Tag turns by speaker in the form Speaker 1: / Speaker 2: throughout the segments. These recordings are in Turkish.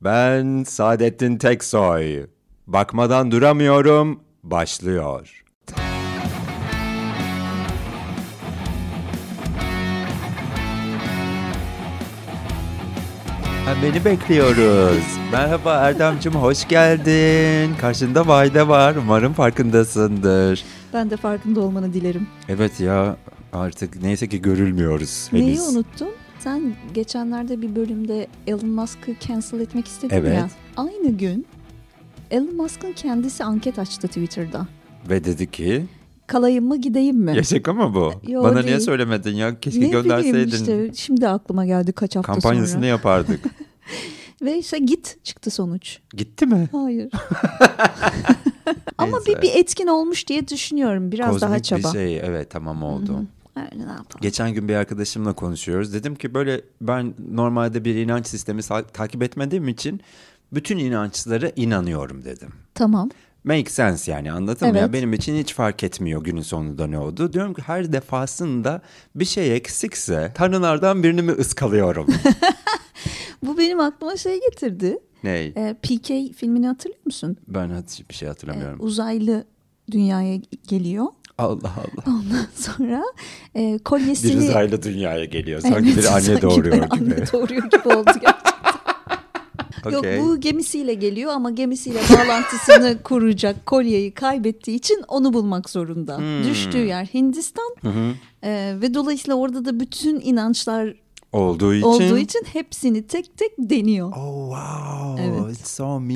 Speaker 1: Ben Saadettin Teksoy. Bakmadan duramıyorum başlıyor. Ha, beni bekliyoruz. Merhaba Erdemcim hoş geldin. Karşında Vayda var. Umarım farkındasındır.
Speaker 2: Ben de farkında olmanı dilerim.
Speaker 1: Evet ya artık neyse ki görülmüyoruz henüz.
Speaker 2: Neyi unuttun? Sen geçenlerde bir bölümde Elon Musk'ı cancel etmek istedin
Speaker 1: Evet.
Speaker 2: ya. Aynı gün Elon Musk'ın kendisi anket açtı Twitter'da.
Speaker 1: Ve dedi ki
Speaker 2: Kalayım mı gideyim mi?
Speaker 1: Ya şaka mı bu?
Speaker 2: Yo,
Speaker 1: Bana niye
Speaker 2: değil.
Speaker 1: söylemedin ya? Keşke
Speaker 2: ne bileyim
Speaker 1: gönderseydin.
Speaker 2: işte şimdi aklıma geldi kaç hafta
Speaker 1: Kampanyasını
Speaker 2: sonra.
Speaker 1: yapardık.
Speaker 2: Ve işte git çıktı sonuç.
Speaker 1: Gitti mi?
Speaker 2: Hayır. Ama
Speaker 1: Neyse.
Speaker 2: bir, bir etkin olmuş diye düşünüyorum. Biraz
Speaker 1: Kozmik
Speaker 2: daha çaba.
Speaker 1: bir şey. Evet tamam oldu.
Speaker 2: Yani ne yapalım?
Speaker 1: Geçen gün bir arkadaşımla konuşuyoruz. Dedim ki böyle ben normalde bir inanç sistemi sa- takip etmediğim için bütün inançlara inanıyorum dedim.
Speaker 2: Tamam.
Speaker 1: Make sense yani anladın mı?
Speaker 2: Evet.
Speaker 1: Ya benim için hiç fark etmiyor günün sonunda ne oldu. Diyorum ki her defasında bir şey eksikse tanrılardan birini mi ıskalıyorum?
Speaker 2: Bu benim aklıma şey getirdi.
Speaker 1: Ney?
Speaker 2: Ee, PK filmini hatırlıyor musun?
Speaker 1: Ben hiç bir şey
Speaker 2: E,
Speaker 1: hatırlamıyorum.
Speaker 2: uzaylı dünyaya geliyor.
Speaker 1: Allah Allah.
Speaker 2: Ondan sonra e,
Speaker 1: Bir
Speaker 2: kolyesini...
Speaker 1: uzaylı dünyaya geliyor. Sanki
Speaker 2: Evet,
Speaker 1: bir anne
Speaker 2: sanki
Speaker 1: doğuruyor
Speaker 2: bir
Speaker 1: gibi.
Speaker 2: Anne doğuruyor gibi oldu gerçekten.
Speaker 1: Okey.
Speaker 2: Yok bu gemisiyle geliyor ama gemisiyle bağlantısını kuracak kolyeyi kaybettiği için onu bulmak zorunda.
Speaker 1: Hmm.
Speaker 2: Düştüğü yer Hindistan E, ve dolayısıyla orada da bütün inançlar
Speaker 1: Olduğu için.
Speaker 2: olduğu için hepsini tek tek deniyor.
Speaker 1: Oh wow.
Speaker 2: Evet.
Speaker 1: It's so me.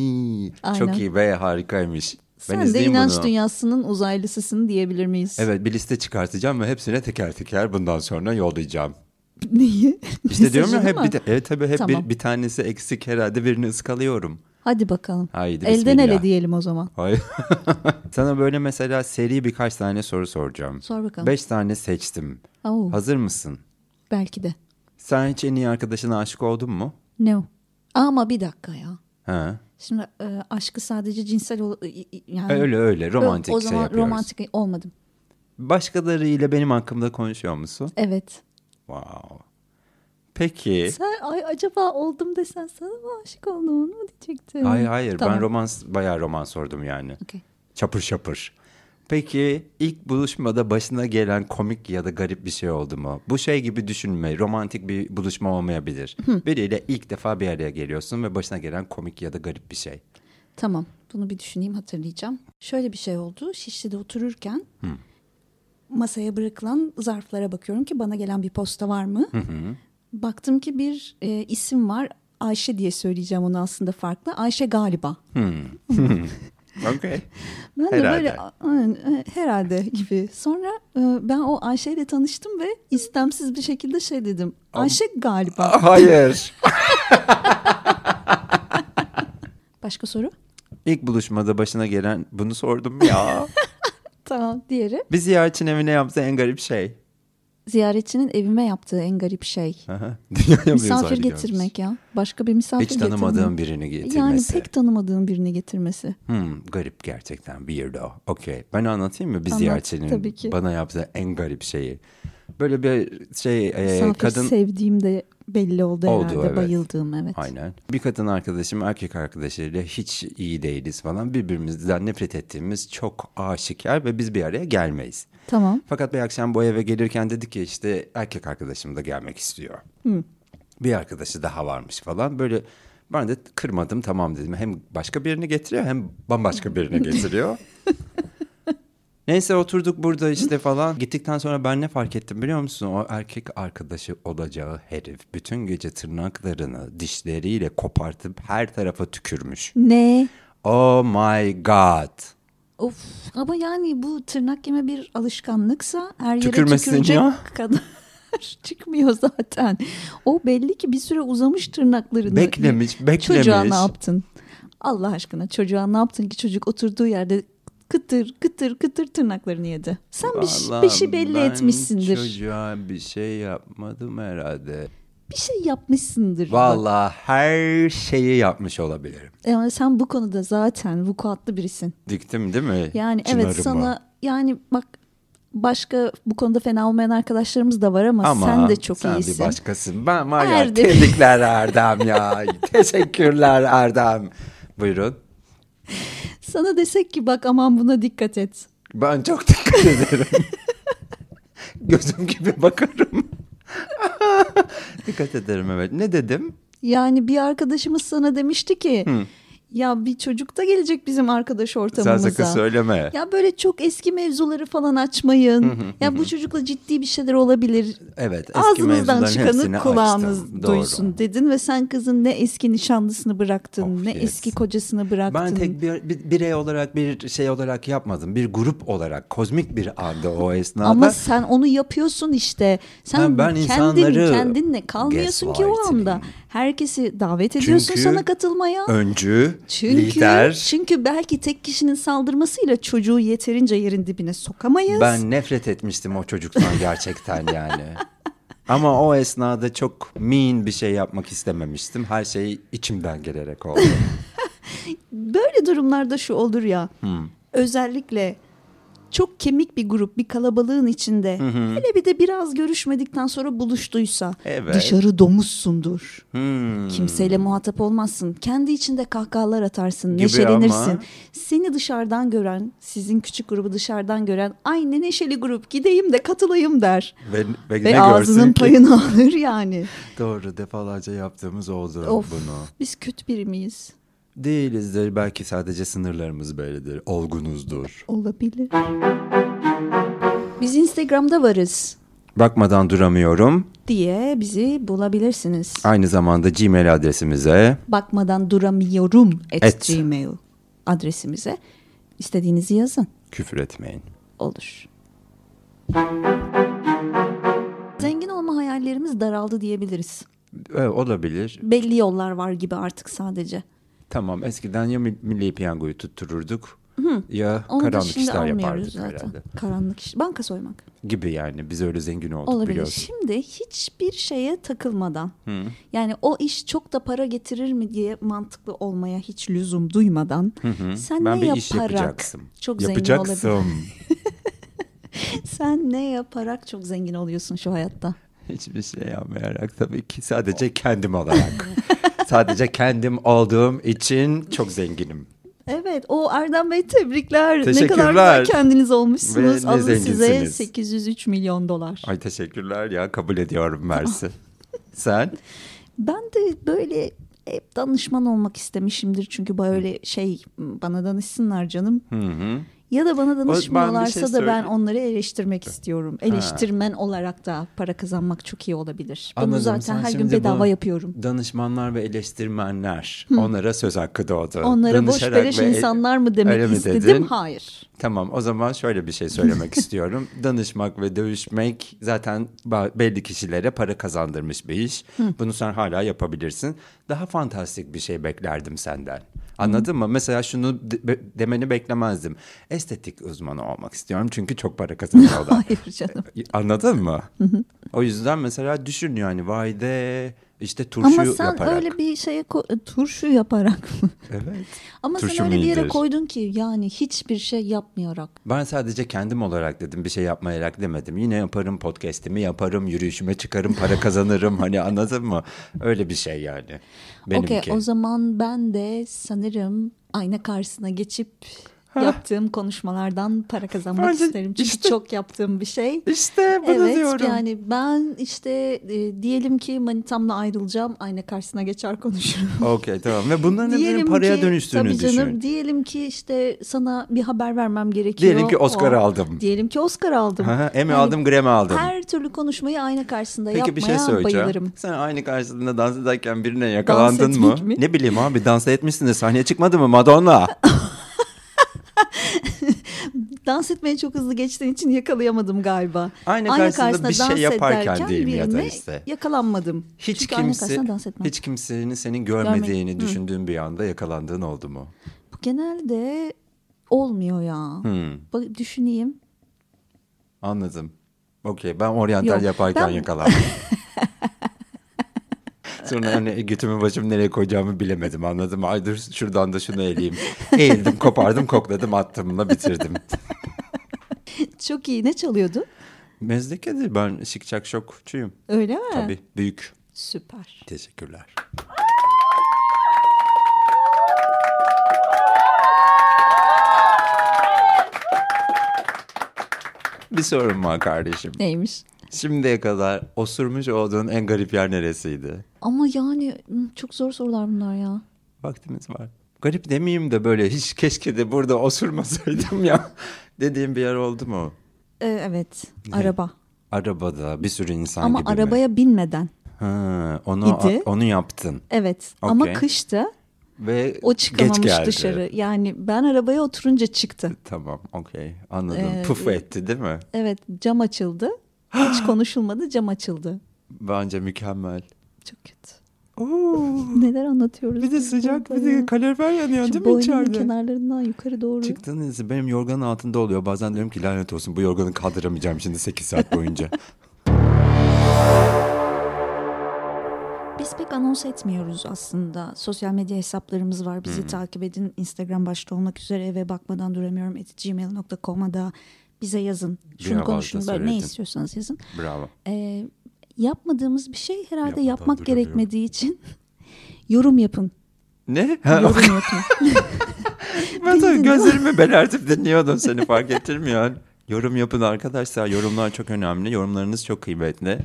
Speaker 2: Aynen.
Speaker 1: Çok iyi ve harikaymış. ben
Speaker 2: Sen de
Speaker 1: izleyeyim
Speaker 2: inanç
Speaker 1: bunu.
Speaker 2: dünyasının uzaylısısın diyebilir miyiz?
Speaker 1: Evet bir liste çıkartacağım ve hepsine teker teker bundan sonra yollayacağım.
Speaker 2: Neyi?
Speaker 1: İşte diyorum ya
Speaker 2: Mesajını
Speaker 1: hep
Speaker 2: mı?
Speaker 1: bir, ta- evet, tabii hep
Speaker 2: Tamam.
Speaker 1: bir, bir tanesi eksik herhalde birini ıskalıyorum.
Speaker 2: Hadi bakalım.
Speaker 1: Haydi
Speaker 2: Elden ele
Speaker 1: bismillah.
Speaker 2: diyelim o zaman.
Speaker 1: Hayır. Sana böyle mesela seri birkaç tane soru soracağım.
Speaker 2: Sor bakalım. Uh.
Speaker 1: Beş tane seçtim.
Speaker 2: Oo,
Speaker 1: Hazır mısın?
Speaker 2: belki de.
Speaker 1: Sen hiç en iyi arkadaşına aşık oldun mu?
Speaker 2: No. Ama bir dakika ya.
Speaker 1: Ha.
Speaker 2: Şimdi e, aşkı sadece cinsel ol- i- i- yani
Speaker 1: Öyle öyle romantik
Speaker 2: o
Speaker 1: şey
Speaker 2: zaman
Speaker 1: yapıyoruz.
Speaker 2: romantik olmadım.
Speaker 1: Başkalarıyla benim hakkımda konuşuyor musun?
Speaker 2: Evet.
Speaker 1: Wow. Peki.
Speaker 2: Sen ay acaba oldum desen sana mı aşık oldun mu diyecektim.
Speaker 1: Hayır hayır ben
Speaker 2: Tamam.
Speaker 1: romans bayağı roman sordum yani.
Speaker 2: Okey.
Speaker 1: Çapır çapır. Peki ilk buluşmada başına gelen komik ya da garip bir şey oldu mu? Bu şey gibi düşünme. Romantik bir buluşma olmayabilir. Biriyle ilk defa bir araya geliyorsun ve başına gelen komik ya da garip bir şey.
Speaker 2: Tamam. Bunu bir düşüneyim hatırlayacağım. Şöyle bir şey oldu. Şişli'de otururken masaya bırakılan zarflara bakıyorum ki bana gelen bir posta var mı? Baktım ki bir e, isim var. Ayşe diye söyleyeceğim onu aslında farklı. Ayşe galiba.
Speaker 1: Okay.
Speaker 2: Ben de
Speaker 1: Herhalde.
Speaker 2: böyle aynen, e, herhalde gibi. Sonra e, ben o Ayşe ile tanıştım ve istemsiz bir şekilde şey dedim. Ayşe galiba.
Speaker 1: Ah, Hayır.
Speaker 2: Başka soru?
Speaker 1: İlk buluşmada başına gelen bunu sordum ya.
Speaker 2: Tamam. Diğeri
Speaker 1: bir ziyaretçinin evine yaptığı en garip şey.
Speaker 2: ziyaretçinin evime yaptığı en garip şey.
Speaker 1: Aha, Dünyaya mı
Speaker 2: Misafir
Speaker 1: uzaylı diyoruz?
Speaker 2: getirmek ya. Başka bir misafir
Speaker 1: Hiç tanımadığım birini
Speaker 2: getirmek. Yani
Speaker 1: getirmesi.
Speaker 2: pek tanımadığın birini getirmesi.
Speaker 1: Hmm, garip gerçekten weirdo. Okey. Ben anlatayım mı bir
Speaker 2: Anlat, tabii
Speaker 1: ziyaretçinin
Speaker 2: ki.
Speaker 1: bana yaptığı en garip şeyi? Böyle bir şey e,
Speaker 2: Misafir
Speaker 1: kadın
Speaker 2: sevdiğim de belli oldu,
Speaker 1: Oldu,
Speaker 2: herhalde.
Speaker 1: evet.
Speaker 2: Bayıldığım evet.
Speaker 1: aynen. Bir kadın arkadaşım erkek arkadaşıyla hiç iyi değiliz falan. Birbirimizden nefret ettiğimiz çok aşikar ve biz bir araya gelmeyiz.
Speaker 2: Tamam.
Speaker 1: Fakat bir akşam bu eve gelirken dedi ki işte erkek arkadaşım da gelmek istiyor. Bir arkadaşı daha varmış falan böyle ben de kırmadım tamam dedim. Hem başka birini getiriyor hem bambaşka birini getiriyor. Neyse oturduk burada işte falan. Gittikten sonra ben ne fark ettim biliyor musun? O erkek arkadaşı olacağı herif bütün gece tırnaklarını dişleriyle kopartıp her tarafa tükürmüş.
Speaker 2: Ne?
Speaker 1: Oh my god.
Speaker 2: Of ama yani bu tırnak yeme bir alışkanlıksa her yere
Speaker 1: Tükürmesin
Speaker 2: tükürecek
Speaker 1: ya.
Speaker 2: kadar çıkmıyor zaten. O belli ki bir süre uzamış tırnaklarını.
Speaker 1: Beklemiş, beklemiş.
Speaker 2: Çocuğa ne yaptın? Allah aşkına çocuğa ne yaptın ki çocuk oturduğu yerde kıtır kıtır kıtır tırnaklarını yedi. Sen bir,
Speaker 1: Vallahi
Speaker 2: bir şey belli
Speaker 1: ben
Speaker 2: etmişsindir.
Speaker 1: çocuğa bir şey yapmadım herhalde.
Speaker 2: Bir şey yapmışsındır.
Speaker 1: Vallahi her şeyi yapmış olabilirim.
Speaker 2: Bak, Yani sen bu konuda zaten vukuatlı birisin.
Speaker 1: Diktim değil mi?
Speaker 2: Yani evet
Speaker 1: Çınarımı.
Speaker 2: sana yani bak başka bu konuda fena olmayan arkadaşlarımız da var ama, sen de çok
Speaker 1: sen
Speaker 2: iyisin.
Speaker 1: bir başkasın. Ben var ya
Speaker 2: Erdem.
Speaker 1: tebrikler Erdem ya. Teşekkürler Erdem. Buyurun.
Speaker 2: Sana desek ki bak aman buna dikkat et.
Speaker 1: Ben çok dikkat ederim. Gözüm gibi bakarım. dikkat ederim evet. Ne dedim?
Speaker 2: Yani bir arkadaşımız sana demişti ki ya bir çocuk da gelecek bizim arkadaş
Speaker 1: Sen
Speaker 2: ortamımıza.
Speaker 1: sakın söyleme.
Speaker 2: Ya böyle çok eski mevzuları falan açmayın. ya bu çocukla ciddi bir şeyler olabilir.
Speaker 1: Evet, eski
Speaker 2: Ağzınızdan
Speaker 1: mevzuların hepsini
Speaker 2: çıkanı
Speaker 1: açtım.
Speaker 2: kulağınız
Speaker 1: Doğru.
Speaker 2: duysun dedin ve sen kızın ne eski nişanlısını bıraktın,
Speaker 1: Of,
Speaker 2: ne
Speaker 1: Oh, yes.
Speaker 2: eski kocasını bıraktın.
Speaker 1: Ben tek bir, bir- birey olarak bir şey olarak yapmadım. Bir grup olarak kozmik bir anda o esnada.
Speaker 2: Ama sen onu yapıyorsun işte. Sen
Speaker 1: Ha, ben
Speaker 2: kendin
Speaker 1: insanları
Speaker 2: kendinle kalmıyorsun ki o anda. Herkesi davet ediyorsun
Speaker 1: Çünkü-
Speaker 2: sana katılmaya.
Speaker 1: öncü,
Speaker 2: Çünkü
Speaker 1: lider.
Speaker 2: çünkü belki tek kişinin saldırmasıyla çocuğu yeterince yerin dibine sokamayız.
Speaker 1: Ben nefret etmiştim o çocuktan gerçekten yani. Ama o esnada çok mean bir şey yapmak istememiştim. Her şey içimden gelerek oldu.
Speaker 2: Böyle durumlarda şu olur ya.
Speaker 1: Hmm.
Speaker 2: Özellikle çok kemik bir grup, bir kalabalığın içinde. Hele bir de biraz görüşmedikten sonra buluştuysa
Speaker 1: Evet.
Speaker 2: dışarı domuzsundur.
Speaker 1: Hmm.
Speaker 2: Kimseyle muhatap olmazsın. Kendi içinde kahkahalar atarsın,
Speaker 1: Gibi
Speaker 2: neşelenirsin.
Speaker 1: ama-
Speaker 2: Seni dışarıdan gören, sizin küçük grubu dışarıdan gören, ay ne neşeli grup gideyim de katılayım der.
Speaker 1: Ve, ve
Speaker 2: Ve
Speaker 1: ne
Speaker 2: ağzının
Speaker 1: görsün ki?
Speaker 2: payını alır yani.
Speaker 1: Doğru defalarca yaptığımız oldu
Speaker 2: Of
Speaker 1: bunu.
Speaker 2: biz kötü biri miyiz?
Speaker 1: Değilizdir belki sadece sınırlarımız böyledir. Olgunuzdur.
Speaker 2: Olabilir. Biz Instagram'da varız
Speaker 1: Bakmadan duramıyorum.
Speaker 2: diye bizi bulabilirsiniz.
Speaker 1: Aynı zamanda Gmail adresimize
Speaker 2: Bakmadan duramıyorum at,
Speaker 1: Et.
Speaker 2: gmail adresimize. İstediğinizi yazın.
Speaker 1: küfür etmeyin.
Speaker 2: Olur. Zengin olma hayallerimiz daraldı diyebiliriz.
Speaker 1: Ee, olabilir.
Speaker 2: Belli yollar var gibi artık sadece.
Speaker 1: Tamam eskiden ya Mil- Milli Piyango'yu tuttururduk ya
Speaker 2: Onu da
Speaker 1: karanlık
Speaker 2: şimdi
Speaker 1: işler
Speaker 2: almıyoruz
Speaker 1: yapardık
Speaker 2: zaten.
Speaker 1: herhalde.
Speaker 2: Karanlık iş. Banka soymak.
Speaker 1: Gibi yani biz öyle zengin olduk
Speaker 2: Olabilir.
Speaker 1: biliyorsun.
Speaker 2: Şimdi hiçbir şeye takılmadan yani o iş çok da para getirir mi diye mantıklı olmaya hiç lüzum duymadan sen
Speaker 1: ben
Speaker 2: ne
Speaker 1: bir
Speaker 2: yaparak
Speaker 1: iş yapacaksın.
Speaker 2: çok zengin olabilir.
Speaker 1: yapacaksın.
Speaker 2: Sen ne yaparak çok zengin oluyorsun şu hayatta?
Speaker 1: Hiçbir şey yapmayarak tabii ki sadece kendim olarak. sadece kendim olduğum için çok zenginim.
Speaker 2: Evet o Erdem Bey tebrikler. Ne kadar
Speaker 1: Teşekkürler.
Speaker 2: güzel kendiniz
Speaker 1: Ve
Speaker 2: olmuşsunuz.
Speaker 1: ne
Speaker 2: Alın size
Speaker 1: zenginsiniz.
Speaker 2: 803 milyon dolar.
Speaker 1: Ay teşekkürler ya kabul ediyorum Mersi. Sen?
Speaker 2: Ben de böyle hep danışman olmak istemişimdir. Çünkü böyle şey bana danışsınlar canım.
Speaker 1: Hı hı.
Speaker 2: Ya da bana
Speaker 1: bir şey
Speaker 2: danışmıyorlarsa da ben
Speaker 1: söyleyeyim.
Speaker 2: onları eleştirmek istiyorum. Eleştirmen olarak da para kazanmak çok iyi olabilir. Bunu
Speaker 1: Anladım.
Speaker 2: zaten
Speaker 1: Sen
Speaker 2: her gün
Speaker 1: şimdi
Speaker 2: bedava
Speaker 1: bu
Speaker 2: yapıyorum.
Speaker 1: Danışmanlar ve eleştirmenler onlara söz hakkı doğdu.
Speaker 2: Onlara boş
Speaker 1: Danışarak
Speaker 2: beleş
Speaker 1: ve el-
Speaker 2: insanlar mı demek
Speaker 1: Öyle mi
Speaker 2: istedim?
Speaker 1: dedin?
Speaker 2: Hayır.
Speaker 1: Tamam o zaman şöyle bir şey söylemek istiyorum. Danışmak ve dövüşmek zaten ba- belli kişilere para kazandırmış bir iş. Bunu sen hala yapabilirsin. Daha fantastik bir şey beklerdim senden. Anladın mı? Mesela şunu de- be- demeni beklemezdim. Estetik uzmanı olmak istiyorum çünkü çok para kazanıyorlar.
Speaker 2: Hayır canım.
Speaker 1: Anladın mı? o yüzden mesela düşün yani vay de işte turşu
Speaker 2: Ama sen
Speaker 1: yaparak.
Speaker 2: öyle bir şeye ko- turşu yaparak mı?
Speaker 1: Evet.
Speaker 2: Ama
Speaker 1: Turşu
Speaker 2: sen öyle bir yere
Speaker 1: midir?
Speaker 2: koydun ki yani hiçbir şey yapmayarak.
Speaker 1: Ben sadece kendim olarak dedim bir şey yapmayarak demedim. Yine yaparım podcast'imi yaparım, yürüyüşüme çıkarım, para kazanırım hani anladın mı? Öyle bir şey yani. Benimki.
Speaker 2: Okey o zaman ben de sanırım ayna karşısına geçip yaptığım konuşmalardan para kazanmak
Speaker 1: Bence
Speaker 2: isterim. Çünkü
Speaker 1: işte-
Speaker 2: çok yaptığım bir şey.
Speaker 1: İşte bunu
Speaker 2: Evet
Speaker 1: diyorum.
Speaker 2: yani ben işte e, diyelim ki manitamla ayrılacağım ayna karşısına geçer konuşurum.
Speaker 1: Okey tamam ve bunların hepsinin paraya
Speaker 2: ki-
Speaker 1: dönüştüğünü
Speaker 2: tabii canım,
Speaker 1: düşün.
Speaker 2: Diyelim ki işte sana bir haber vermem gerekiyor.
Speaker 1: Diyelim ki Oscar
Speaker 2: O-
Speaker 1: aldım.
Speaker 2: Diyelim ki Oscar aldım.
Speaker 1: Aha, Emmy
Speaker 2: Yani
Speaker 1: aldım, Grammy aldım.
Speaker 2: Hani Her türlü konuşmayı ayna karşısında
Speaker 1: Peki
Speaker 2: yapmaya
Speaker 1: bir şey söyleyeceğim.
Speaker 2: bayılırım.
Speaker 1: Sen aynı karşısında dans ederken birine yakalandın mı?
Speaker 2: etmek mi?
Speaker 1: Ne bileyim abi dans etmişsiniz. Sahneye çıkmadı mı Madonna?
Speaker 2: Dans etmeye çok hızlı geçtiğin için yakalayamadım galiba.
Speaker 1: Ayna karşısında bir şey
Speaker 2: dans
Speaker 1: yaparken
Speaker 2: ederken
Speaker 1: diyeyim ya da
Speaker 2: birine
Speaker 1: işte.
Speaker 2: Yakalanmadım.
Speaker 1: Hiç
Speaker 2: Çünkü ayna
Speaker 1: kimse
Speaker 2: karşısında dans etmem.
Speaker 1: hiç kimsenin senin görmediğini
Speaker 2: Görmedim. Hı.
Speaker 1: düşündüğün bir anda yakalandığın oldu mu?
Speaker 2: Bu genelde olmuyor ya.
Speaker 1: Hmm.
Speaker 2: Bak, düşüneyim.
Speaker 1: Anladım. Okey ben oryantal
Speaker 2: Yok,
Speaker 1: yaparken
Speaker 2: ben-
Speaker 1: yakalandım. Sonra hani götümü başımı nereye koyacağımı bilemedim anladın mı? Ay dur şuradan da şunu eleyeyim. Eğildim kopardım kokladım attımla bitirdim.
Speaker 2: Çok iyi. Ne çalıyordu?
Speaker 1: Mezdekedir ben şıkçak şokçuyum.
Speaker 2: Öyle mi?
Speaker 1: Tabii büyük.
Speaker 2: Süper.
Speaker 1: Teşekkürler. Bir sorun var kardeşim.
Speaker 2: Neymiş?
Speaker 1: Şimdiye kadar osurmuş olduğun en garip yer neresiydi?
Speaker 2: Ama yani hı, çok zor sorular bunlar ya.
Speaker 1: Vaktimiz var. Garip demeyeyim de böyle hiç keşke de burada osurmasaydım ya dediğim bir yer oldu mu?
Speaker 2: Ee, evet. Araba.
Speaker 1: Arabada bir sürü insan
Speaker 2: Ama
Speaker 1: gibi mi?
Speaker 2: arabaya binmeden.
Speaker 1: Ha, onu,
Speaker 2: İdi.
Speaker 1: onu yaptın.
Speaker 2: Evet. Ama
Speaker 1: Okey.
Speaker 2: kıştı.
Speaker 1: Ve
Speaker 2: O çıkamamış
Speaker 1: geç geldi.
Speaker 2: dışarı. Yani ben arabaya oturunca çıktı.
Speaker 1: Tamam okey anladım.
Speaker 2: Ee,
Speaker 1: Puf etti değil mi?
Speaker 2: Evet cam açıldı. Hiç konuşulmadı cam açıldı.
Speaker 1: Bence mükemmel.
Speaker 2: Çok kötü.
Speaker 1: Oo,
Speaker 2: Neler anlatıyoruz?
Speaker 1: bir de
Speaker 2: biz
Speaker 1: sıcak
Speaker 2: burada
Speaker 1: bir de
Speaker 2: ya?
Speaker 1: kalorifer yanıyor
Speaker 2: Şu
Speaker 1: değil mi
Speaker 2: boynumun
Speaker 1: içeride?
Speaker 2: kenarlarından yukarı doğru.
Speaker 1: Çıktığın izi benim yorganın altında oluyor. Bazen diyorum ki lanet olsun bu yorganı kaldıramayacağım şimdi 8 saat boyunca.
Speaker 2: Biz pek anons etmiyoruz aslında. Sosyal medya hesaplarımız var.
Speaker 1: Hmm.
Speaker 2: Bizi takip edin. Instagram başta olmak üzere eve bakmadan duramıyorum. At gmail.com'a da bize yazın. Şunu
Speaker 1: Bravo,
Speaker 2: konuşun.
Speaker 1: fazla
Speaker 2: Böyle ne
Speaker 1: söyledin.
Speaker 2: istiyorsanız yazın.
Speaker 1: Bravo.
Speaker 2: Ee, yapmadığımız bir şey herhalde
Speaker 1: Yapmadan
Speaker 2: yapmak
Speaker 1: duramıyorum.
Speaker 2: gerekmediği için yorum yapın.
Speaker 1: Ne? Ha,
Speaker 2: Yorum yapın.
Speaker 1: ben tabii
Speaker 2: bildin.
Speaker 1: gözlerimi belertip dinliyordum seni fark ettim ya. Yorum yapın arkadaşlar. Yorumlar çok önemli. Yorumlarınız çok kıymetli.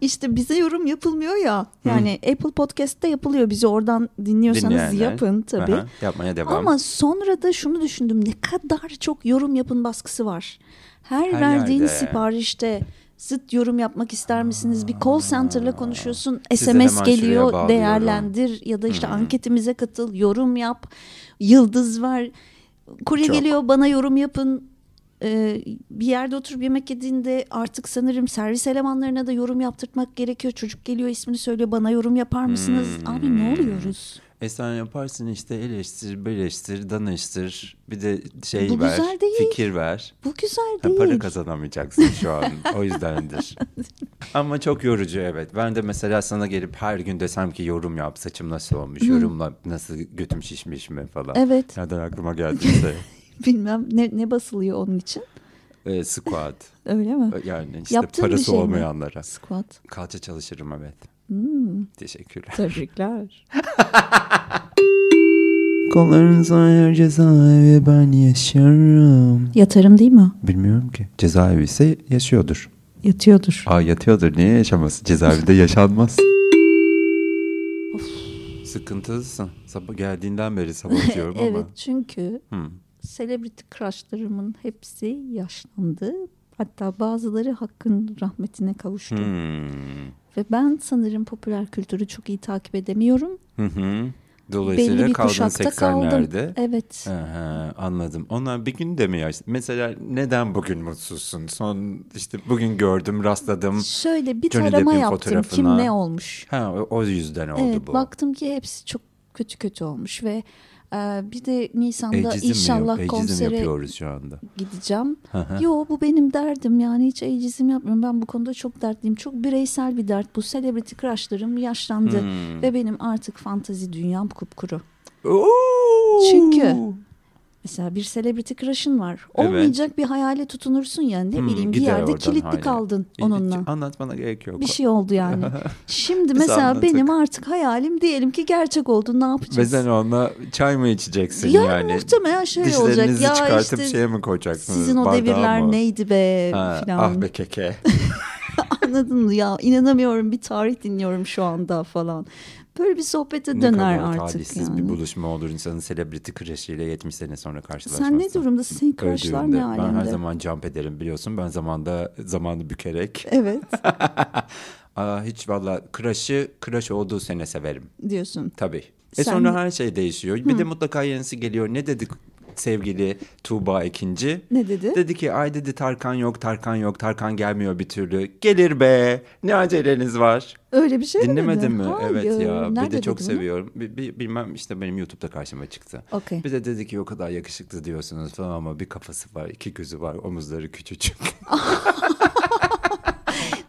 Speaker 2: işte bize yorum yapılmıyor ya. Yani Apple Podcast'te yapılıyor. Bizi oradan dinliyorsanız
Speaker 1: Dinleyenler.
Speaker 2: yapın tabii.
Speaker 1: Aha, yapmaya devam.
Speaker 2: Ama sonra da şunu düşündüm ne kadar çok yorum yapın baskı var. Her,
Speaker 1: Her
Speaker 2: verdiğin
Speaker 1: yerde.
Speaker 2: siparişte zıt yorum yapmak ister misiniz? Bir call center'la konuşuyorsun.
Speaker 1: Sizi hemen
Speaker 2: SMS
Speaker 1: şuraya
Speaker 2: geliyor,
Speaker 1: bağlıyorum.
Speaker 2: değerlendir ya da işte anketimize katıl, yorum yap. Yıldız var. Kurye
Speaker 1: Çok.
Speaker 2: geliyor, bana yorum yapın. Ee, bir yerde oturup yemek yediğinde artık sanırım servis elemanlarına da yorum yaptırtmak gerekiyor. Çocuk geliyor, ismini söylüyor, bana yorum yapar mısınız?
Speaker 1: Hmm.
Speaker 2: Abi ne oluyoruz?
Speaker 1: E sen yaparsın işte eleştir, beleştir, danıştır. Bir de şey
Speaker 2: Bu
Speaker 1: ver,
Speaker 2: güzel değil.
Speaker 1: fikir ver.
Speaker 2: Bu güzel
Speaker 1: Ha,
Speaker 2: değil.
Speaker 1: para kazanamayacaksın şu an. o yüzdendir. Ama çok yorucu evet. Ben de mesela sana gelip her gün desem ki yorum yap. Saçım nasıl olmuş? Yorumla nasıl götüm şişmiş mi falan.
Speaker 2: Evet.
Speaker 1: Nereden aklıma geldiyse.
Speaker 2: Bilmem ne, ne basılıyor onun için.
Speaker 1: e, squat.
Speaker 2: Öyle mi?
Speaker 1: Yani işte
Speaker 2: Yaptığın bir
Speaker 1: parası
Speaker 2: şey mi?
Speaker 1: olmayanlara.
Speaker 2: Squat.
Speaker 1: Kalça çalışırım evet. Hmm. Teşekkürler.
Speaker 2: Tebrikler.
Speaker 1: Kollarınıza her cezaevi ben yaşarım.
Speaker 2: Yatarım değil mi?
Speaker 1: Bilmiyorum ki. Cezaevi ise yaşıyordur.
Speaker 2: Yatıyordur.
Speaker 1: Aa yatıyordur niye yaşamasın? Cezaevinde yaşanmaz. Sıkıntılısın. Sabah geldiğinden beri sabahlıyorum
Speaker 2: Evet
Speaker 1: ama.
Speaker 2: çünkü
Speaker 1: Hmm.
Speaker 2: celebrity crushlarımın hepsi yaşlandı. Hatta bazıları hakkın rahmetine kavuştu.
Speaker 1: Hmm.
Speaker 2: Ve ben sanırım popüler kültürü çok iyi takip edemiyorum.
Speaker 1: Hı hı.
Speaker 2: Belli
Speaker 1: Dolayısıyla
Speaker 2: bir
Speaker 1: kaldın
Speaker 2: kuşakta kaldım.
Speaker 1: 80'lerde.
Speaker 2: Evet.
Speaker 1: Aha, anladım. Onlar bir gün de mi yaş? Mesela neden bugün mutsuzsun? Son işte bugün gördüm, rastladım.
Speaker 2: Şöyle bir
Speaker 1: Hmm. Johnny
Speaker 2: tarama
Speaker 1: Depp'in
Speaker 2: yaptım. Kim
Speaker 1: fotoğrafına-
Speaker 2: ne olmuş?
Speaker 1: Ha o- o yüzden oldu
Speaker 2: Evet
Speaker 1: bu.
Speaker 2: baktım ki hepsi çok kötü kötü olmuş ve e, bir de Nisan'da
Speaker 1: Ecizim
Speaker 2: inşallah
Speaker 1: mi? Ecizim
Speaker 2: konsere
Speaker 1: yapıyoruz şu anda.
Speaker 2: gideceğim.
Speaker 1: hı.
Speaker 2: Yo bu benim derdim yani hiç ageism yapmıyorum. Ben bu konuda çok dertliyim. Çok bireysel bir dert bu. Celebrity crushlarım yaşlandı
Speaker 1: Hmm.
Speaker 2: ve benim artık fantazi dünyam kupkuru. Çünkü Mesela bir celebrity crush'ın var.
Speaker 1: Evet.
Speaker 2: Olmayacak bir hayale tutunursun ya ne
Speaker 1: Hmm,
Speaker 2: bileyim bir
Speaker 1: gider
Speaker 2: yerde
Speaker 1: oradan
Speaker 2: kilitli
Speaker 1: hayal.
Speaker 2: kaldın
Speaker 1: Hiç
Speaker 2: onunla.
Speaker 1: Anlatmana gerek yok.
Speaker 2: Bir şey oldu yani. Şimdi
Speaker 1: Biz
Speaker 2: mesela
Speaker 1: anladık.
Speaker 2: benim artık hayalim diyelim ki gerçek oldu. Ne yapacağız?
Speaker 1: Ve sen onunla çay mı içeceksin
Speaker 2: Ya
Speaker 1: yani?
Speaker 2: muhtemelen şey olacak.
Speaker 1: Dişlerinizi
Speaker 2: Ya
Speaker 1: çıkartıp
Speaker 2: işte
Speaker 1: şeye mi koyacaksınız?
Speaker 2: Sizin o
Speaker 1: Bardağa
Speaker 2: devirler
Speaker 1: mı?
Speaker 2: neydi be
Speaker 1: Ha,
Speaker 2: filan.
Speaker 1: ah be keke.
Speaker 2: Anladın mı ya? İnanamıyorum bir tarih dinliyorum şu anda falan. Böyle bir sohbete
Speaker 1: ne
Speaker 2: döner
Speaker 1: kadar
Speaker 2: artık
Speaker 1: talihsiz
Speaker 2: yani.
Speaker 1: bir buluşma olur insanın celebrity crush'iyle 70 sene sonra karşılaşması.
Speaker 2: Sen ne durumda? Senin crushlar
Speaker 1: Öldüğünde.
Speaker 2: ne
Speaker 1: Ben her
Speaker 2: alemde?
Speaker 1: zaman jump ederim biliyorsun. Ben zamanda zamanı bükerek.
Speaker 2: Evet
Speaker 1: Aa, hiç valla crush'ı crush olduğu sene severim.
Speaker 2: diyorsun.
Speaker 1: Tabii. E
Speaker 2: Sen-
Speaker 1: sonra her şey değişiyor. Bir de mutlaka yenisi geliyor. Ne dedik sevgili Tuğba ikinci?
Speaker 2: Ne dedi?
Speaker 1: Dedi ki ay dedi Tarkan yok, Tarkan yok, Tarkan gelmiyor bir türlü. Gelir be, ne aceleniz var.
Speaker 2: Öyle bir şey mi
Speaker 1: Dinlemedin
Speaker 2: dedi?
Speaker 1: mi?
Speaker 2: Hayır.
Speaker 1: Evet ya, bir
Speaker 2: Nerede
Speaker 1: de çok
Speaker 2: dedi bunu?
Speaker 1: seviyorum. Bir, bir- bilmem işte benim YouTube'da karşıma çıktı.
Speaker 2: Okey.
Speaker 1: Bir de dedi ki o kadar yakışıklı diyorsunuz falan ama bir kafası var, iki gözü var, omuzları küçücük.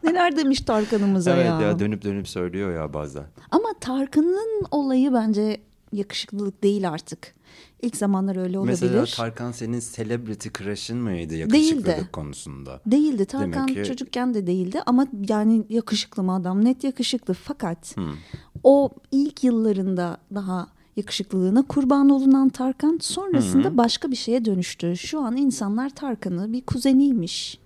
Speaker 2: Neler demiş Tarkan'ımıza
Speaker 1: evet
Speaker 2: ya.
Speaker 1: ya dönüp dönüp söylüyor ya bazen.
Speaker 2: Ama Tarkan'ın olayı bence yakışıklılık değil artık. İlk zamanlar öyle olabilir.
Speaker 1: Mesela Tarkan senin celebrity crush'ın mıydı yakışıklılık
Speaker 2: Değildi.
Speaker 1: konusunda?
Speaker 2: Değildi.
Speaker 1: Demek
Speaker 2: Tarkan
Speaker 1: ki-
Speaker 2: çocukken de değildi ama yani yakışıklı mı adam? Net yakışıklı. Fakat o ilk yıllarında daha yakışıklılığına kurban olunan Tarkan sonrasında başka bir şeye dönüştü. Şu an insanlar Tarkan'ı bir kuzeniymiş,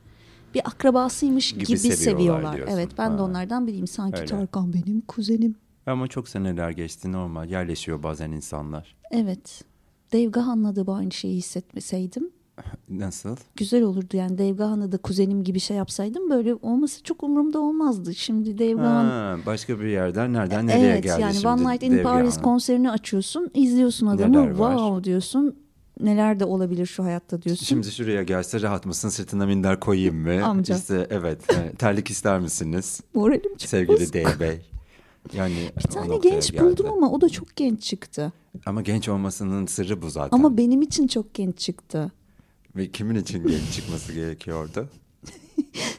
Speaker 2: bir akrabasıymış
Speaker 1: Gibi
Speaker 2: gibi,
Speaker 1: seviyorlar
Speaker 2: seviyorlar.
Speaker 1: diyorsun.
Speaker 2: evet ben de
Speaker 1: Ha.
Speaker 2: onlardan biriyim sanki
Speaker 1: Öyle.
Speaker 2: Tarkan benim kuzenim.
Speaker 1: Ama çok seneler geçti normal yerleşiyor bazen insanlar.
Speaker 2: Evet. Devgahan'la da bu aynı şeyi hissetmeseydim
Speaker 1: Nasıl?
Speaker 2: güzel olurdu yani Devgahan'a da kuzenim gibi şey yapsaydım böyle olması çok umurumda olmazdı. Şimdi Devgahan
Speaker 1: Ha, başka bir yerden nereden nereye
Speaker 2: evet,
Speaker 1: geldi
Speaker 2: yani
Speaker 1: şimdi?
Speaker 2: One Night in
Speaker 1: Devriye
Speaker 2: Paris
Speaker 1: Hanım?
Speaker 2: konserini açıyorsun, izliyorsun adamı.
Speaker 1: Neler var?
Speaker 2: wow diyorsun. Neler de olabilir şu hayatta diyorsun.
Speaker 1: Şimdi şuraya gelse rahat mısın? Sırtına minder koyayım mı?
Speaker 2: Amca.
Speaker 1: İşte evet. e, Terlik ister misiniz?
Speaker 2: Moralim çok
Speaker 1: Sevgili
Speaker 2: bozuk.
Speaker 1: D Bey. Yani
Speaker 2: Bir tane genç buldum ama o da çok genç çıktı.
Speaker 1: Ama genç olmasının sırrı bu zaten.
Speaker 2: Ama benim için çok genç çıktı.
Speaker 1: Ve kimin için genç çıkması gerekiyordu?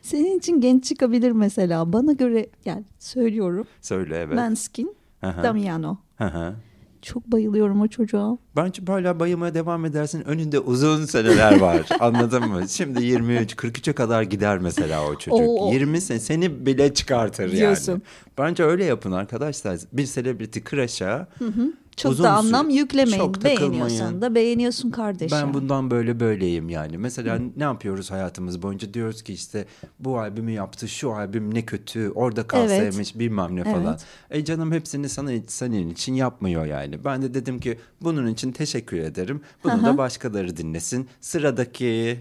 Speaker 2: Senin için genç çıkabilir mesela. Bana göre yani söylüyorum.
Speaker 1: Söyle evet.
Speaker 2: Manskin,
Speaker 1: Hı hı,
Speaker 2: Damiano.
Speaker 1: hı hı.
Speaker 2: Çok bayılıyorum o çocuğa.
Speaker 1: Bence böyle bayılmaya devam edersin. Önünde uzun seneler var. Anladın mı? Şimdi 23, 43'e kadar gider mesela o çocuk.
Speaker 2: Oo.
Speaker 1: 20 sen seni bile çıkartır yani.
Speaker 2: Diyorsun.
Speaker 1: Bence öyle yapın arkadaşlar. Bir celebrity crush'a
Speaker 2: Çok
Speaker 1: Uzun
Speaker 2: da
Speaker 1: süre-
Speaker 2: anlam yüklemeyin.
Speaker 1: çok takılmayın.
Speaker 2: Beğeniyorsan da beğeniyorsun kardeşim.
Speaker 1: Ben bundan böyle böyleyim yani. Mesela ne yapıyoruz hayatımız boyunca? Diyoruz ki işte bu albümü yaptı, şu albüm ne kötü, orada
Speaker 2: Evet.
Speaker 1: kalsaymış bilmem ne falan.
Speaker 2: Evet.
Speaker 1: E canım hepsini sana senin için yapmıyor yani. Ben de dedim ki bunun için teşekkür ederim. Bunu da başkaları dinlesin. Sıradaki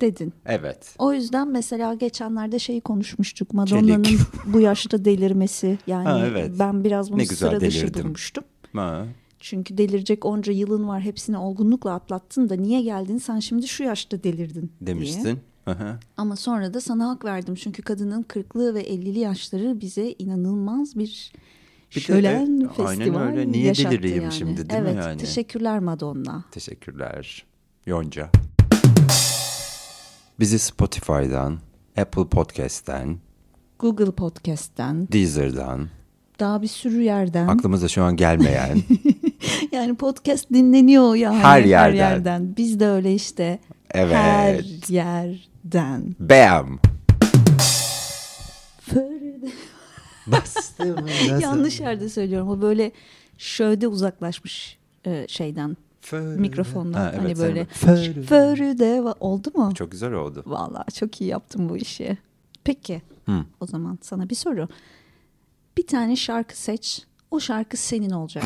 Speaker 2: dedin.
Speaker 1: evet.
Speaker 2: O yüzden mesela geçenlerde şeyi konuşmuştuk. Madonna'nın
Speaker 1: Çelik.
Speaker 2: bu yaşta delirmesi. Yani
Speaker 1: Ha, evet.
Speaker 2: ben biraz bunu
Speaker 1: Ne güzel
Speaker 2: sıra dışı
Speaker 1: delirdim.
Speaker 2: bulmuştum.
Speaker 1: Ha.
Speaker 2: Çünkü delirecek onca yılın var hepsini olgunlukla atlattın da niye geldin sen şimdi şu yaşta delirdin
Speaker 1: demiştin.
Speaker 2: diye.
Speaker 1: Aha.
Speaker 2: Ama sonra da sana hak verdim çünkü kadının 40'lı ve 50'li yaşları bize inanılmaz bir,
Speaker 1: Bir de-
Speaker 2: şölen
Speaker 1: e,
Speaker 2: festival
Speaker 1: aynen öyle. Niye
Speaker 2: yaşattı
Speaker 1: delireyim
Speaker 2: yani.
Speaker 1: şimdi, değil mi
Speaker 2: evet,
Speaker 1: yani?
Speaker 2: teşekkürler Madonna.
Speaker 1: Teşekkürler. Yonca. Bizi Spotify'dan, Apple Podcast'ten,
Speaker 2: Google Podcast'ten
Speaker 1: Deezer'dan,
Speaker 2: daha bir sürü yerden
Speaker 1: aklımıza şu an gelmeyen
Speaker 2: Yani podcast dinleniyor yani
Speaker 1: Her yerden.
Speaker 2: Biz de öyle işte.
Speaker 1: Evet.
Speaker 2: Her yerden.
Speaker 1: Bam.
Speaker 2: Böyle de-
Speaker 1: Bastım.
Speaker 2: Yanlış yerde söylüyorum. O böyle şöyle uzaklaşmış e, şeyden mikrofondan.
Speaker 1: Ha, evet,
Speaker 2: hani
Speaker 1: sen
Speaker 2: böyle
Speaker 1: böyle-
Speaker 2: Före de va- oldu mu?
Speaker 1: Çok güzel oldu.
Speaker 2: Vallahi çok iyi yaptım bu işi. Peki. O zaman sana bir soru. Bir tane şarkı seç. O şarkı senin olacak.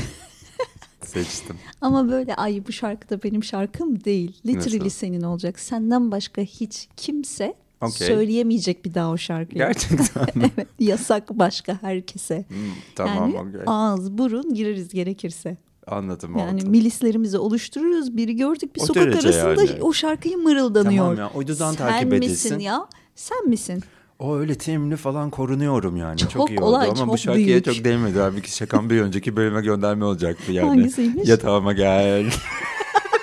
Speaker 1: Seçtim.
Speaker 2: Ama böyle ay bu şarkı da benim şarkım değil. Literally
Speaker 1: Nasıl?
Speaker 2: senin olacak. Senden başka hiç kimse
Speaker 1: Okey.
Speaker 2: söyleyemeyecek bir daha o şarkıyı.
Speaker 1: Gerçekten. Hmm,
Speaker 2: evet, yasak başka herkese.
Speaker 1: tamam
Speaker 2: yani
Speaker 1: okey.
Speaker 2: ağız burun gireriz gerekirse.
Speaker 1: Anladım
Speaker 2: Yani
Speaker 1: oldu.
Speaker 2: milislerimizi oluştururuz. Biri gördük bir
Speaker 1: O
Speaker 2: sokak
Speaker 1: derece
Speaker 2: arasında
Speaker 1: yani.
Speaker 2: o şarkıyı mırıldanıyor.
Speaker 1: Tamam ya, uydudan
Speaker 2: Sen
Speaker 1: takip edilsin.
Speaker 2: misin ya? Sen misin?
Speaker 1: O öyle timli falan korunuyorum yani. Çok,
Speaker 2: Çok
Speaker 1: iyi
Speaker 2: olay,
Speaker 1: oldu ama bu
Speaker 2: çok
Speaker 1: şarkıya
Speaker 2: büyük.
Speaker 1: çok değmedi. Halbuki şakan bir önceki bölüme gönderme olacaktı yani.
Speaker 2: Hangisiymiş?
Speaker 1: Yatağıma gel.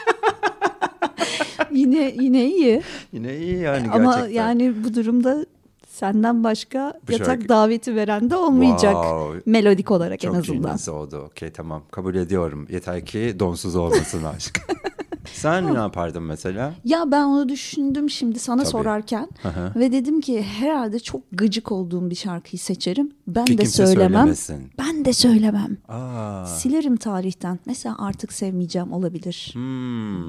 Speaker 2: yine yine iyi.
Speaker 1: Yine iyi yani
Speaker 2: Ama
Speaker 1: gerçekten.
Speaker 2: yani bu durumda senden başka
Speaker 1: Bu
Speaker 2: yatak
Speaker 1: şarkı-
Speaker 2: daveti veren de olmayacak.
Speaker 1: Wow.
Speaker 2: Melodik olarak
Speaker 1: Çok
Speaker 2: en azından.
Speaker 1: genius oldu. Okey tamam kabul ediyorum. Yeter ki donsuz olmasın aşk. Sen ne yapardın mesela?
Speaker 2: Ya ben onu düşündüm şimdi sana
Speaker 1: Tabii.
Speaker 2: sorarken
Speaker 1: hı.
Speaker 2: ve dedim ki herhalde çok gıcık olduğum bir şarkıyı seçerim. Ben
Speaker 1: Ki
Speaker 2: de
Speaker 1: kimse
Speaker 2: söylemem.
Speaker 1: söylemesin.
Speaker 2: Ben de söylemem.
Speaker 1: Aa.
Speaker 2: Silerim tarihten. Mesela artık sevmeyeceğim olabilir.
Speaker 1: Hmm,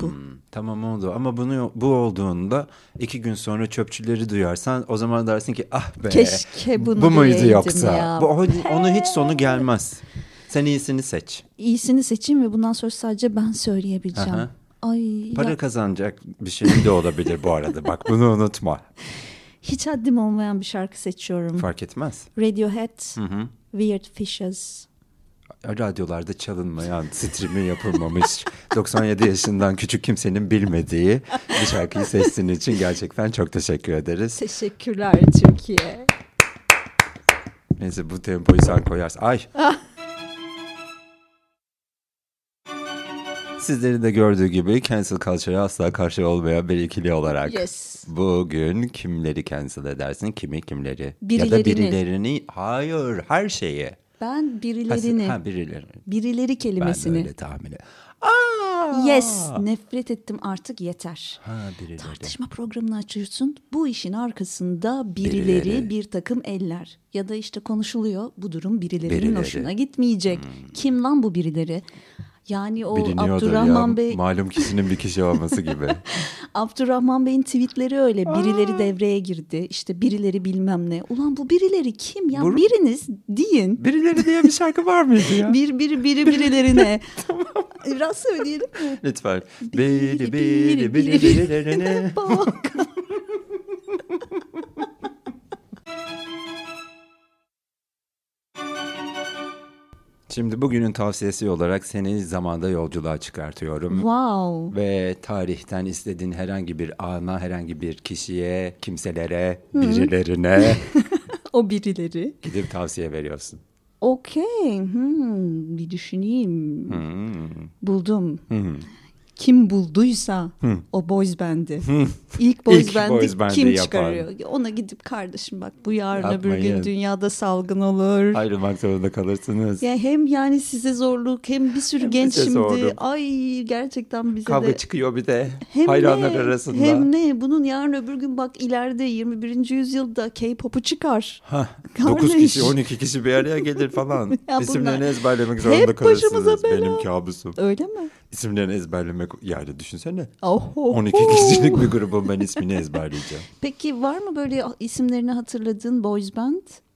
Speaker 1: Tamam oldu ama bunu bu olduğunda iki gün sonra çöpçüleri duyarsan o zaman dersin ki ah be
Speaker 2: Keşke bunu
Speaker 1: bu muydu
Speaker 2: bileydim
Speaker 1: yoksa
Speaker 2: ya."
Speaker 1: Bu, o- onun hiç sonu gelmez sen iyisini seç
Speaker 2: İyisini seçeyim ve bundan sonra sadece ben söyleyebileceğim.
Speaker 1: Aha.
Speaker 2: Ay
Speaker 1: para
Speaker 2: ya,
Speaker 1: kazanacak bir şey de olabilir bu arada bak bunu unutma
Speaker 2: hiç haddim olmayan bir şarkı seçiyorum.
Speaker 1: fark etmez
Speaker 2: Radiohead, Weird Fishes.
Speaker 1: radyolarda çalınmayan stream'i yapılmamış 97 yaşından küçük kimsenin bilmediği bir şarkıyı seçtiğin için gerçekten çok teşekkür ederiz
Speaker 2: Teşekkürler Türkiye.
Speaker 1: neyse bu tempoyu sen koyarsın ay Sizleri de gördüğü gibi cancel culture'a asla karşı olmayan bir ikili olarak.
Speaker 2: Yes.
Speaker 1: Bugün kimleri cancel edersin, kimi kimleri? Ya da
Speaker 2: Birilerini.
Speaker 1: birilerini, hayır her şeyi.
Speaker 2: Ben
Speaker 1: Ha, siz-
Speaker 2: birilerini,
Speaker 1: Ha, birilerini.
Speaker 2: birileri
Speaker 1: Ben
Speaker 2: kelimesini.
Speaker 1: öyle tahmin et- Aa!
Speaker 2: Yes, nefret ettim artık yeter.
Speaker 1: Ha, birileri.
Speaker 2: Tartışma programını açıyorsun. Bu işin arkasında birileri,
Speaker 1: Birileri.
Speaker 2: bir takım eller. Ya da işte konuşuluyor bu durum birilerinin
Speaker 1: Birileri. Hmm.
Speaker 2: hoşuna gitmeyecek. Kim lan bu birileri? Yani o
Speaker 1: Biliniyordur
Speaker 2: Abdurrahman
Speaker 1: ya.
Speaker 2: Bey
Speaker 1: Malum kişinin bir kişi olması gibi.
Speaker 2: Abdurrahman Bey'in tweetleri öyle. Birileri devreye girdi. İşte birileri bilmem ne. Ulan bu birileri kim ya?
Speaker 1: Bu-
Speaker 2: Biriniz deyin.
Speaker 1: Birileri diye bir şarkı var mıydı ya?
Speaker 2: Bir biri biri birilerine. tamam. Rast söyleyelim mi?
Speaker 1: Lütfen. Biri biri biri
Speaker 2: birilerine
Speaker 1: birilerine.
Speaker 2: bak.
Speaker 1: Şimdi bugünün tavsiyesi olarak seni zamanda yolculuğa çıkartıyorum.
Speaker 2: Wow.
Speaker 1: Ve tarihten istediğin herhangi bir ana, herhangi bir kişiye, kimselere, birilerine
Speaker 2: O birileri.
Speaker 1: gidip tavsiye veriyorsun.
Speaker 2: Okey. Hmm, bir düşüneyim.
Speaker 1: Hmm.
Speaker 2: Buldum. Kim bulduysa o boys bendi. İlk boys,
Speaker 1: İlk
Speaker 2: bendi
Speaker 1: boys bendi
Speaker 2: kim
Speaker 1: yapan.
Speaker 2: çıkarıyor? Ona gidip kardeşim bak bu yarın öbür gün
Speaker 1: Yapmayın.
Speaker 2: dünyada salgın olur.
Speaker 1: Ayrılmak zorunda kalırsınız.
Speaker 2: Ya hem yani size zorluk hem bir sürü genç
Speaker 1: bize
Speaker 2: şimdi.
Speaker 1: zorluk.
Speaker 2: Ay gerçekten bize
Speaker 1: Kavga
Speaker 2: de.
Speaker 1: çıkıyor bir de
Speaker 2: Hem
Speaker 1: hayranlar
Speaker 2: ne,
Speaker 1: arasında.
Speaker 2: Hem ne bunun yarın öbür gün bak ileride 21. yüzyılda K-pop'u çıkar.
Speaker 1: Hah,
Speaker 2: Kardeş.
Speaker 1: 9 kişi 12 kişi bir araya gelir falan.
Speaker 2: bunlar-
Speaker 1: İsimlerini ezberlemek zorunda
Speaker 2: Hep başımıza
Speaker 1: kalırsınız.
Speaker 2: bela.
Speaker 1: Benim kabusum.
Speaker 2: Öyle mi?
Speaker 1: İsimlerini ezberlemek yani düşünsene.
Speaker 2: Oho.
Speaker 1: 12 kişilik bir grubun ben ismini ezberleyeceğim.
Speaker 2: Peki var mı böyle isimlerini hatırladığın boys band?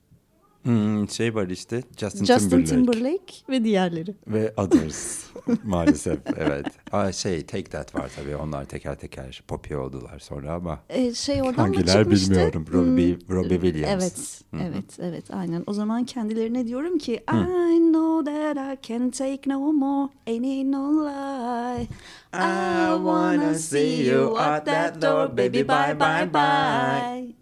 Speaker 1: Hmm, şey var işte Justin,
Speaker 2: Justin
Speaker 1: Timberlake,
Speaker 2: Timberlake ve diğerleri.
Speaker 1: ve Others maalesef evet. Aa, şey Take That var tabii onlar teker teker popüler oldular sonra ama
Speaker 2: Ee, şey oradan mı
Speaker 1: hangiler
Speaker 2: çıkmıştı? Hmm.
Speaker 1: bilmiyorum. Robbie, Robbie Williams.
Speaker 2: Evet, evet, evet aynen. O zaman kendilerine diyorum ki I know that I can take no more any no lie. I wanna see you at that door baby bye bye bye.